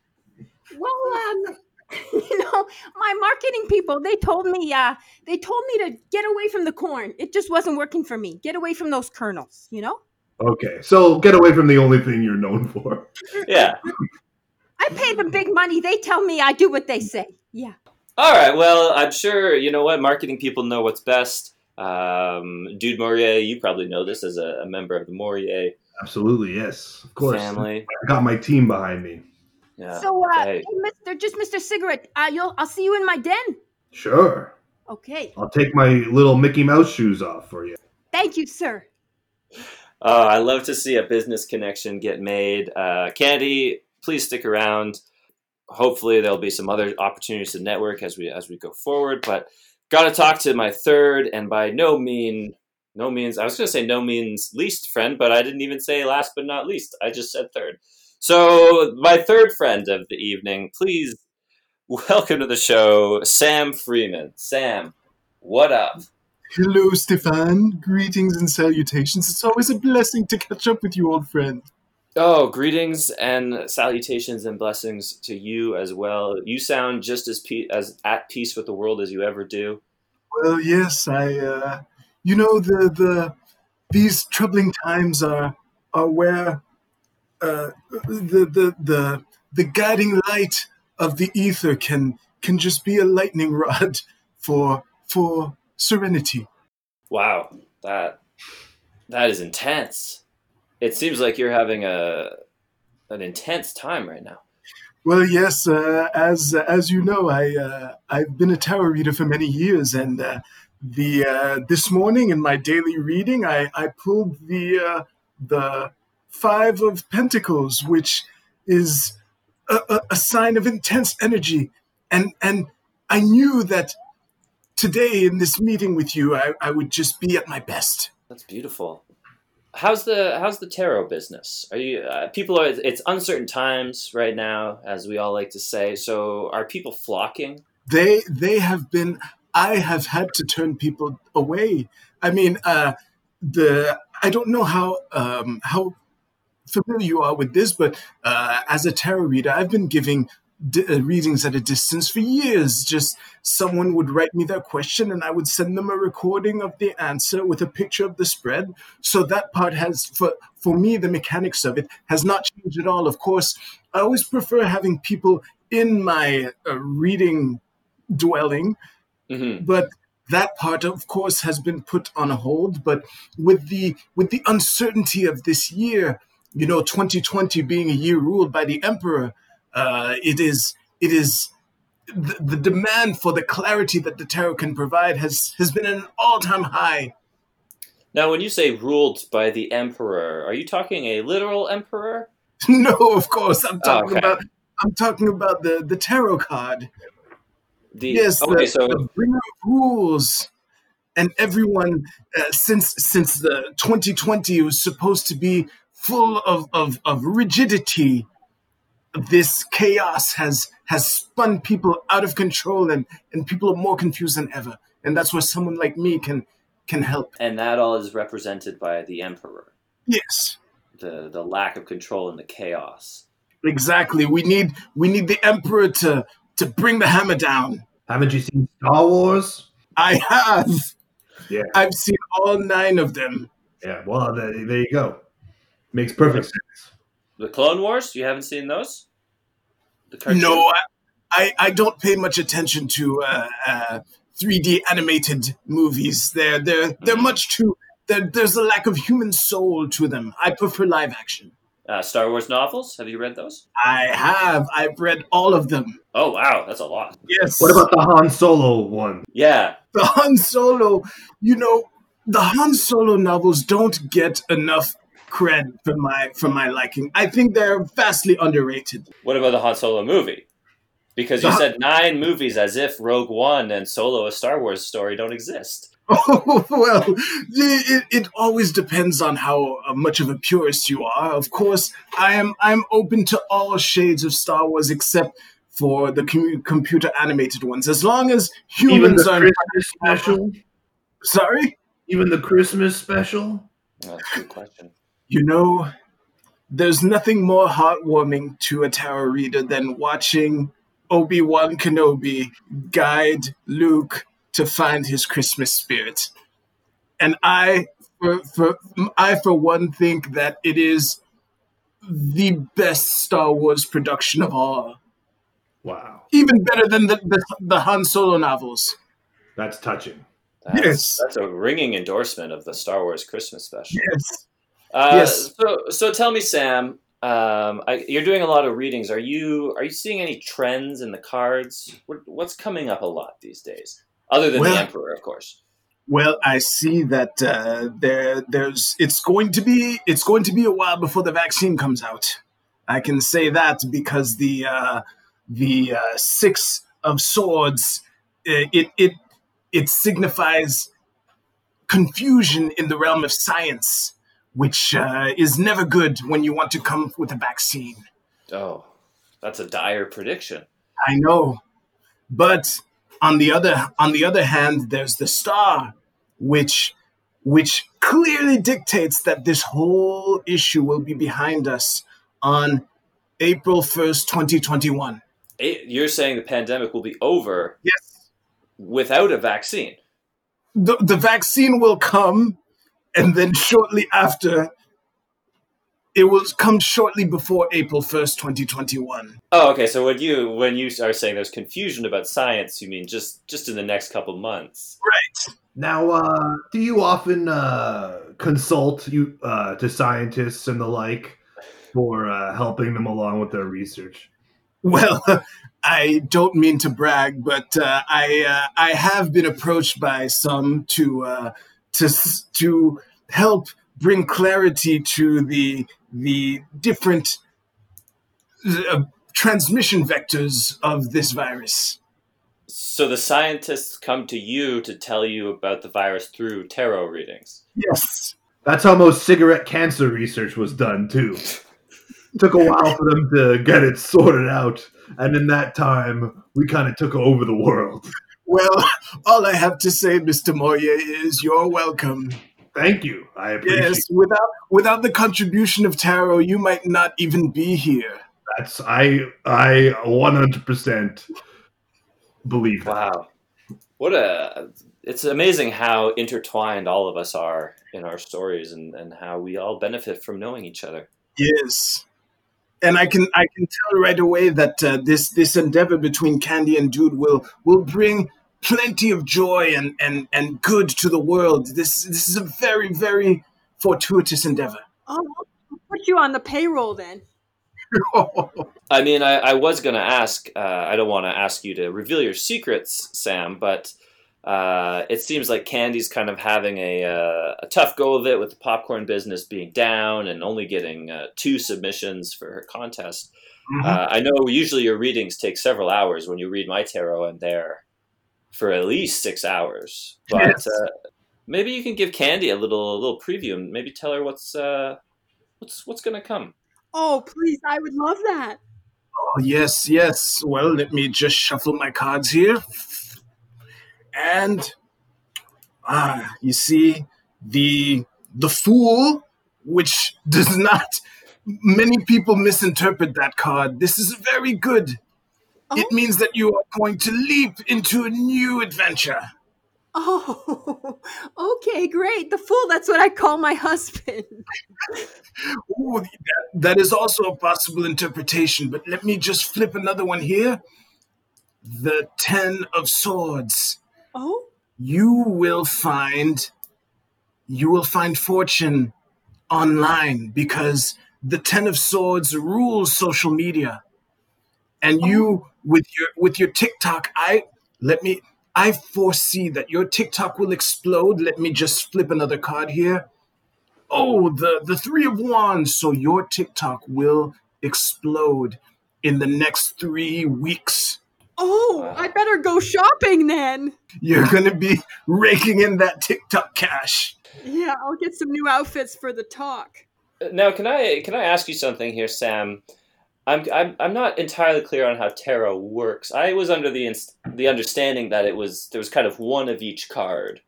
Speaker 3: Well, um, [LAUGHS] you know, my marketing people, they told me uh, they told me to get away from the corn. It just wasn't working for me. Get away from those kernels, you know?
Speaker 2: Okay. So get away from the only thing you're known for.
Speaker 1: Yeah.
Speaker 3: I pay them big money. They tell me I do what they say. Yeah.
Speaker 1: All right. Well, I'm sure you know what marketing people know what's best. Um, Dude Morier, you probably know this as a, a member of the Morier
Speaker 2: Absolutely, yes. Of course.
Speaker 1: family.
Speaker 2: I got my team behind me.
Speaker 1: Yeah.
Speaker 3: so, uh,
Speaker 1: okay.
Speaker 3: hey, Mr. Just Mr. Cigarette, uh, you'll, I'll see you in my den.
Speaker 2: Sure.
Speaker 3: Okay.
Speaker 2: I'll take my little Mickey Mouse shoes off for you.
Speaker 3: Thank you, sir.
Speaker 1: Uh, I love to see a business connection get made. Uh, Candy, please stick around. Hopefully, there'll be some other opportunities to network as we as we go forward. But got to talk to my third and by no mean no means I was going to say no means least friend, but I didn't even say last but not least. I just said third. So my third friend of the evening, please welcome to the show, Sam Freeman. Sam, what up?
Speaker 5: Hello, Stefan. Greetings and salutations. It's always a blessing to catch up with you, old friend.
Speaker 1: Oh, greetings and salutations and blessings to you as well. You sound just as pe- as at peace with the world as you ever do.
Speaker 5: Well, yes, I. Uh, you know, the the these troubling times are are where uh, the the the the guiding light of the ether can can just be a lightning [LAUGHS] rod for for serenity.
Speaker 1: Wow, that that is intense. It seems like you're having a an intense time right now.
Speaker 5: Well, yes, uh, as as you know, I uh, I've been a tarot reader for many years, and uh, the uh, this morning in my daily reading, I, I pulled the uh, the five of Pentacles, which is a, a, a sign of intense energy, and and I knew that today in this meeting with you, I, I would just be at my best.
Speaker 1: That's beautiful. How's the how's the tarot business? Are you uh, people are it's uncertain times right now, as we all like to say. So are people flocking
Speaker 5: they they have been i have had to turn people away i mean uh the i don't know how um how familiar you are with this but uh as a tarot reader i've been giving d- uh, readings at a distance for years just someone would write me their question and i would send them a recording of the answer with a picture of the spread so that part has for for me the mechanics of it has not changed at all of course i always prefer having people in my uh, reading dwelling
Speaker 1: hmm
Speaker 5: but that part of course has been put on hold but with the with the uncertainty of this year you know 2020 being a year ruled by the emperor uh, it is it is the, the demand for the clarity that the tarot can provide has has been at an all-time high [LAUGHS]
Speaker 1: Now, when you say ruled by the emperor, are you talking a literal emperor?
Speaker 5: no of course i'm
Speaker 1: okay.
Speaker 5: talking about i'm talking about the the tarot card
Speaker 1: The,
Speaker 5: Yes,
Speaker 1: Okay,
Speaker 5: the,
Speaker 1: so
Speaker 5: the bringer of rules, and everyone uh, since since the 2020 was supposed to be full of, of of rigidity. This chaos has has spun people out of control, and and people are more confused than ever. And that's where someone like me can can help.
Speaker 1: and that all is represented by the emperor,
Speaker 5: Yes,
Speaker 1: the the lack of control and the chaos.
Speaker 5: exactly. We need we need the emperor to to bring the hammer down.
Speaker 2: Haven't you seen Star Wars?
Speaker 5: I have.
Speaker 2: Yeah.
Speaker 5: I've seen all nine of them.
Speaker 2: Yeah, well, there, there you go. Makes perfect sense.
Speaker 1: The Clone Wars, you haven't seen those? The cartoon?
Speaker 5: No, I, I I don't pay much attention to uh, uh, 3D animated movies. They're they're they're
Speaker 1: Mhm.
Speaker 5: much too There, there's a lack of human soul to them. I prefer live action.
Speaker 1: Uh, Star Wars novels. Have you read those?
Speaker 5: I have. I've read all of them.
Speaker 1: Oh wow, that's a lot.
Speaker 5: Yes.
Speaker 2: What about the Han Solo one?
Speaker 1: Yeah,
Speaker 5: the Han Solo? You know, the Han Solo novels don't get enough cred for my for my liking. I think they're vastly underrated.
Speaker 1: What about the Han Solo movie? Because you
Speaker 5: The-
Speaker 1: said nine movies as if Rogue One and Solo, a Star Wars story, don't exist.
Speaker 5: Oh [LAUGHS] well, it, it always depends on how uh, much of a purist you are. Of course, I am. I'm open to all shades of Star Wars except for the commu computer animated ones. As long as
Speaker 2: Even the
Speaker 5: humans are
Speaker 2: Christmas special?
Speaker 5: sorry,
Speaker 2: Even the Christmas special?
Speaker 1: Oh, that's a good question.
Speaker 5: you know, there's nothing more heartwarming to a tarot reader than watching Obi Wan Kenobi guide Luke to find his Christmas spirit. And I, for, for I for one, think that it is the best Star Wars production of all,
Speaker 2: Wow.
Speaker 5: even better than the the, the Han Solo novels.
Speaker 2: That's touching.
Speaker 1: That's,
Speaker 5: Yes.
Speaker 1: that's a ringing endorsement of the Star Wars Christmas special.
Speaker 5: Yes.
Speaker 1: Uh,
Speaker 5: Yes.
Speaker 1: So, so tell me, Sam, um, I, you're doing a lot of readings. Are you are you seeing any trends in the cards? What, what's coming up a lot these days, other than the
Speaker 5: Well-
Speaker 1: Emperor, of course?
Speaker 5: Well, I see that uh, there, there's. It's going to be. It's going to be a while before the vaccine comes out. I can say that because the uh, the uh, six of swords, uh, it it it signifies confusion in the realm of science, which uh, is never good when you want to come up with a vaccine.
Speaker 1: Oh, that's a dire prediction.
Speaker 5: I know, but on the other on the other hand, there's the star, which which clearly dictates that this whole issue will be behind us on April first, twenty twenty one.
Speaker 1: It, you're saying the pandemic will be over
Speaker 5: Yes,
Speaker 1: without a vaccine.
Speaker 5: the the vaccine will come, and then shortly after. It will come shortly before April 1st, 2021.
Speaker 1: Oh, okay. So when you when you are saying there's confusion about science, you mean just just in the next couple months?
Speaker 2: Now, uh, do you often uh, consult you uh, to scientists and the like for uh, helping them along with their research?
Speaker 5: Well, [LAUGHS] I don't mean to brag, but uh, I uh, I have been approached by some to uh, to s- to help bring clarity to the the different uh, transmission vectors of this virus.
Speaker 1: So the scientists come to you to tell you about the virus through tarot readings.
Speaker 5: Yes,
Speaker 2: That's how most cigarette cancer research was done
Speaker 3: [LAUGHS]
Speaker 2: too. took a while for them to get it sorted out, and in that time, we kind of took over the world.
Speaker 5: Well, [LAUGHS] all I have to say, Mr. Moya, is you're welcome.
Speaker 2: Thank you. I appreciate
Speaker 5: Yes, without without the contribution of tarot, you might not even be here.
Speaker 2: that's I I 100% believe that.
Speaker 1: Wow, what a! It's amazing how intertwined all of us are in our stories, and and how we all benefit from knowing each other.
Speaker 5: Yes, and I can I can tell right away that uh, this this endeavor between Candy and Dude will will bring plenty of joy and and and good to the world. This this is a very very fortuitous endeavor. [LAUGHS]
Speaker 3: Oh, I'll put you on the payroll then.
Speaker 1: I mean, I, I was going to ask, uh, I don't want to ask you to reveal your secrets, Sam, but uh, it seems like Candy's kind of having a, uh, a tough go of it with the popcorn business being down and only getting uh, two submissions for her contest.
Speaker 5: Mm-hmm.
Speaker 1: Uh, I know usually your readings take several hours when you read my tarot, and they're for at least six hours. But
Speaker 5: Yes.
Speaker 1: uh, maybe you can give Candy a little a little preview and maybe tell her what's uh, what's what's going to come.
Speaker 3: Oh, please, I would love that.
Speaker 5: Oh, yes, yes. Well, let me just shuffle my cards here. And ah, you see the the fool which [LAUGHS] does not many people misinterpret that card. This is very good. It
Speaker 3: Oh.
Speaker 5: means that you are going to leap into a new adventure.
Speaker 3: Oh, [LAUGHS] okay, great. The fool, that's what I call my husband.
Speaker 5: Ooh, that, that is also a possible interpretation, but let me just flip another one here. The 10 of swords.
Speaker 3: Oh,
Speaker 5: you will find you will find fortune online because the Ten of Swords rules social media. And you with your with your TikTok, I let me I foresee that your TikTok will explode. Let me just flip another card here. Oh, the the 3 of wands, so your TikTok will explode in the next 3 weeks.
Speaker 3: Oh, I better go shopping then.
Speaker 5: You're going to be [LAUGHS] raking in that TikTok cash.
Speaker 3: Yeah, I'll get some new outfits for the talk.
Speaker 1: Now, can I can I ask you something here, Sam? I'm I'm, I'm not entirely clear on how tarot works. I was under the inst- the understanding that it was there was kind of one of each card,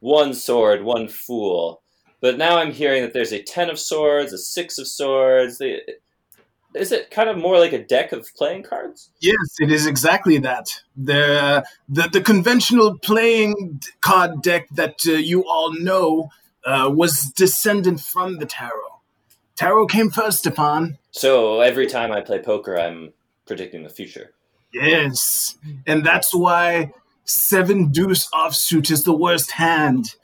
Speaker 1: one sword, one fool. But now I'm hearing that there's a ten of swords, a six of swords. The, is it kind of more like a deck of playing cards?
Speaker 5: Yes, it is exactly that. The the, the conventional playing d- card deck that uh, you all know uh, was descended from the tarot. Tarot came first, Stefan.
Speaker 1: So every time I play poker, I'm predicting the future.
Speaker 5: Yes, and that's why seven deuce offsuit is the worst hand,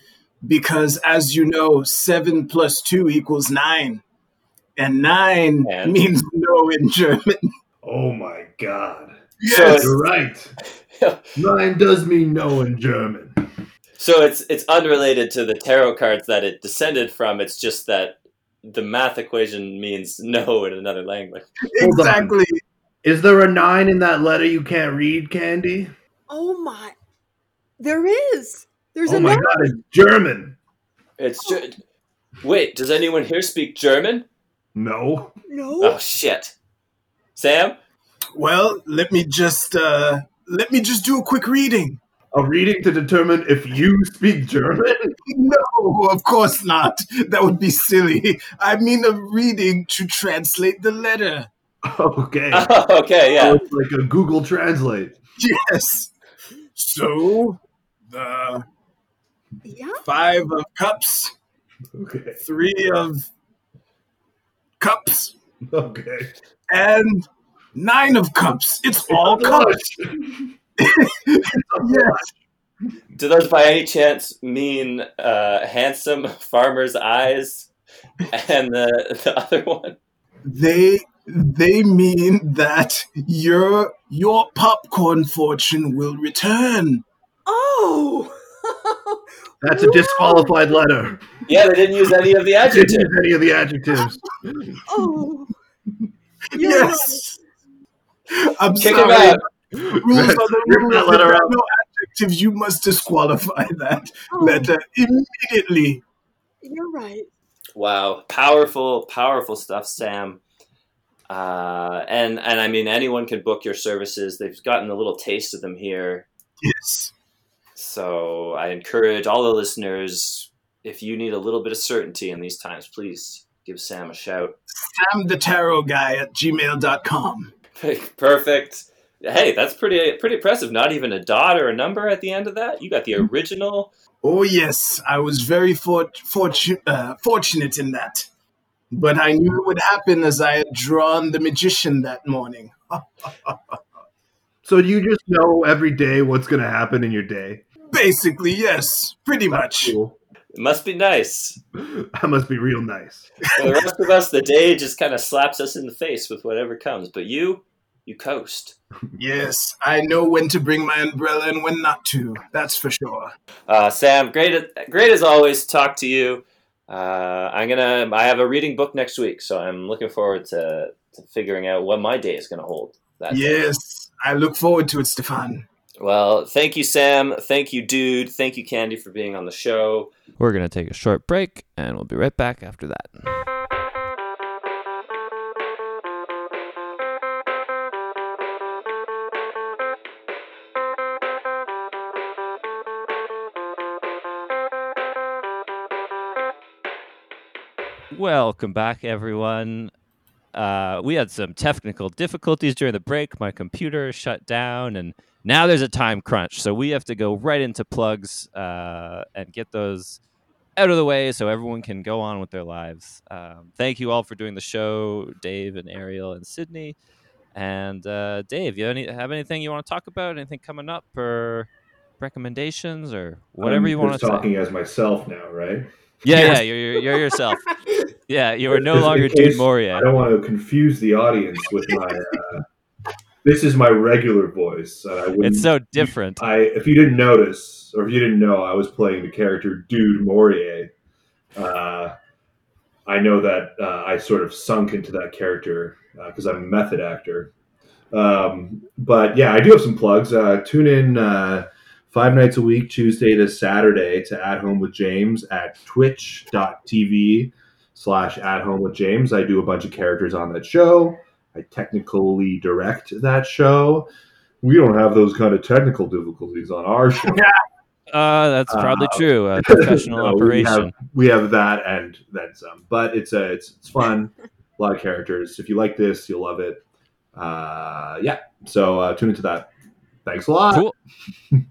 Speaker 5: because as you know, seven plus two equals nine, and nine
Speaker 1: And-
Speaker 5: means no in German. [LAUGHS]
Speaker 2: Oh my god.
Speaker 1: So
Speaker 2: You're
Speaker 3: [LAUGHS]
Speaker 2: right.
Speaker 1: it's,
Speaker 2: Nine does mean no in German.
Speaker 1: so it's it's unrelated to the tarot cards that it descended from. It's just that the math equation means [LAUGHS] no in another language.
Speaker 2: Hold on.
Speaker 5: exactly.
Speaker 2: Is there a nine in that letter you can't read, Candy?
Speaker 3: Oh my. There is. There's
Speaker 2: oh
Speaker 3: a
Speaker 2: my
Speaker 3: nine.
Speaker 2: god, it's German.
Speaker 1: It's ju- wait. Does anyone here speak German?
Speaker 2: No.
Speaker 3: No.
Speaker 1: Oh shit, Sam. [LAUGHS]
Speaker 5: Well, let me just uh, let me just do a quick reading.
Speaker 2: A reading to determine if you speak German?
Speaker 5: No, of course not. That would be silly. I mean, a reading to translate the letter. [LAUGHS]
Speaker 2: Okay.
Speaker 1: Oh, okay, yeah.
Speaker 2: So it's like a Google Translate.
Speaker 5: Yes. So, the
Speaker 3: Yeah.
Speaker 5: five of cups,
Speaker 2: Okay.
Speaker 5: three of cups,
Speaker 2: Okay.
Speaker 5: and nine of cups. It's all cups.
Speaker 2: [LAUGHS]
Speaker 5: Yes.
Speaker 1: Do those by any chance mean uh, handsome farmer's eyes [LAUGHS] and the the other one?
Speaker 5: They they mean that your your popcorn fortune will return.
Speaker 3: Oh. [LAUGHS]
Speaker 2: That's a disqualified letter.
Speaker 1: Yeah, they didn't use any of the
Speaker 2: Didn't [LAUGHS]
Speaker 1: adjectives.
Speaker 2: use any of the adjectives.
Speaker 3: oh. You're right.
Speaker 5: yes. I'm
Speaker 1: Kick him
Speaker 5: sorry.
Speaker 1: out.
Speaker 5: [LAUGHS]
Speaker 2: [LAUGHS]
Speaker 5: Rules are the
Speaker 2: Rip
Speaker 5: rules.
Speaker 2: that
Speaker 5: If
Speaker 2: letter
Speaker 5: there are
Speaker 2: out.
Speaker 5: no adjectives. You must disqualify that
Speaker 3: Oh,
Speaker 5: letter immediately.
Speaker 3: You're right.
Speaker 1: Wow, powerful, powerful stuff, Sam. Uh, and and I mean, anyone can book your services. They've gotten a little taste of them here,
Speaker 5: Yes.
Speaker 1: so I encourage all the listeners. If you need a little bit of certainty in these times, please give Sam a shout.
Speaker 5: I'm the tarot guy at gmail.com.
Speaker 1: [LAUGHS] Perfect. Hey, that's pretty pretty impressive. Not even a dot or a number at the end of that. You got the original.
Speaker 5: Oh, yes. I was very fort- fortu- uh, fortunate in that. But I knew it would happen as I had drawn the magician that morning.
Speaker 2: So do you just know every day what's going to happen in your day?
Speaker 5: Basically, yes. Pretty much.
Speaker 2: Cool.
Speaker 1: It must be [LAUGHS] nice.
Speaker 2: That must be real nice.
Speaker 1: For the rest of us, the day just kind of slaps us in the face with whatever comes. But you, you coast.
Speaker 5: Yes. I know when to bring my umbrella and when not to. That's for sure.
Speaker 1: Uh, Sam, great, great as always. to Talk to you. Uh, I'm gonna. I have a reading book next week, so I'm looking forward to, to figuring out what my day is gonna hold. That's
Speaker 5: Yes, I look forward to it, Stefan.
Speaker 1: Well, thank you, Sam. Thank you, dude. Thank you, Candy, for being on the show.
Speaker 6: We're going to take a short break and we'll be right back after that. Welcome back, everyone. Uh, we had some technical difficulties during the break. My computer shut down, and now there's a time crunch. So we have to go right into plugs uh, and get those out of the way so everyone can go on with their lives. Um, thank you all for doing the show, Dave and Ariel and Sydney. And uh, Dave, you have, any, have anything you want to talk about? Anything coming up or recommendations or whatever
Speaker 2: I'm
Speaker 6: you want
Speaker 2: just
Speaker 6: to say?
Speaker 2: talking as myself now, right?
Speaker 1: Yeah,
Speaker 5: Yes.
Speaker 1: yeah, you're, you're, you're
Speaker 2: [LAUGHS]
Speaker 1: yourself. Yeah, you are no
Speaker 2: Just in
Speaker 1: longer Dude
Speaker 2: case-
Speaker 1: Moria.
Speaker 2: I don't want to confuse the audience with my. Uh, this is my regular voice. And I wouldn't.
Speaker 1: It's so different.
Speaker 2: I if you didn't notice or if you didn't know, I was playing the character Dude Morier. Uh, I know that uh, I sort of sunk into that character because I'm a method actor. Um, but yeah, I do have some plugs. Uh, tune in uh, five nights a week, Tuesday to Saturday, to At Home with James at twitch.tv slash At Home with James. I do a bunch of characters on that show. I technically direct that show. We don't have those kind of technical difficulties on our show.
Speaker 1: Uh, that's probably
Speaker 2: Uh,
Speaker 1: true.
Speaker 2: [LAUGHS]
Speaker 1: A professional
Speaker 2: No,
Speaker 1: operation.
Speaker 2: We have, we have that and then some, but it's a it's, it's fun. a lot of characters. If you like this, you'll love it. Uh, yeah. So uh, tune into that. Thanks a lot.
Speaker 1: Cool.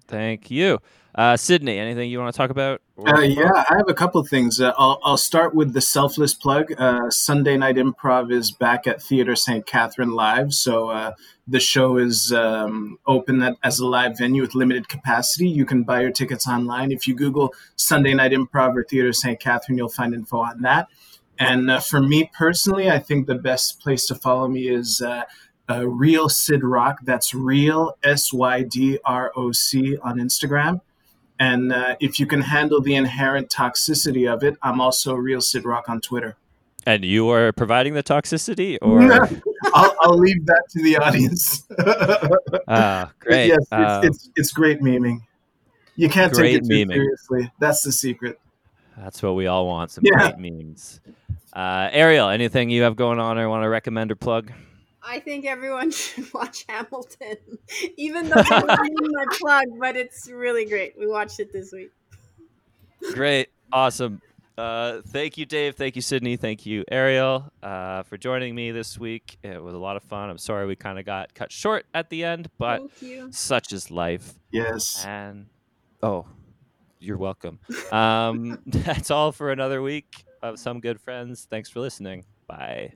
Speaker 1: Thank you. Uh, Sydney, anything you want to talk about? Or-
Speaker 5: Uh, yeah, I have a couple things. Uh, I'll, I'll start with the selfless plug. Uh, Sunday Night Improv is back at Theater St. Catherine Live. So uh, the show is um, open at, as a live venue with limited capacity. You can buy your tickets online. If you Google Sunday Night Improv or Theater St. Catherine, you'll find info on that. And uh, for me personally, I think the best place to follow me is uh, uh, Real Sid Rock. That's Real S Y D R O C on Instagram. And uh, if you can handle the inherent toxicity of it, I'm also Real Sid Rock on Twitter.
Speaker 1: And you are providing the
Speaker 2: [LAUGHS]
Speaker 1: toxicity, or
Speaker 5: I'll, I'll leave that to the audience. But
Speaker 1: Ah, great.
Speaker 5: [LAUGHS] yes, it's,
Speaker 1: Um,
Speaker 5: it's, it's great memeing. You can't take
Speaker 1: Great
Speaker 5: it too
Speaker 1: memeing.
Speaker 5: seriously. That's the secret.
Speaker 1: that's what we all want. Some
Speaker 5: Yeah.
Speaker 1: great memes. Uh, Ariel, anything you have going on or want to recommend or plug?
Speaker 3: I think everyone [LAUGHS] should watch Hamilton, even though it's not in my plug, but it's really great. We watched it this week.
Speaker 1: Great. Awesome. Uh, thank you, Dave. Thank you, Sydney. Thank you, Ariel, uh, for joining me this week. It was a lot of fun. I'm sorry we kind of got cut short at the end, but
Speaker 3: Thank you.
Speaker 1: such is life.
Speaker 5: Yes.
Speaker 1: And oh, you're welcome. Um, [LAUGHS] that's all for another week of Some Good Friends. Thanks for listening. Bye.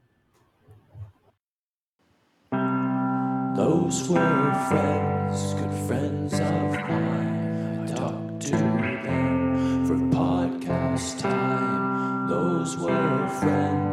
Speaker 7: Those were friends, good friends of mine. I talked to them for podcast time. Those were friends.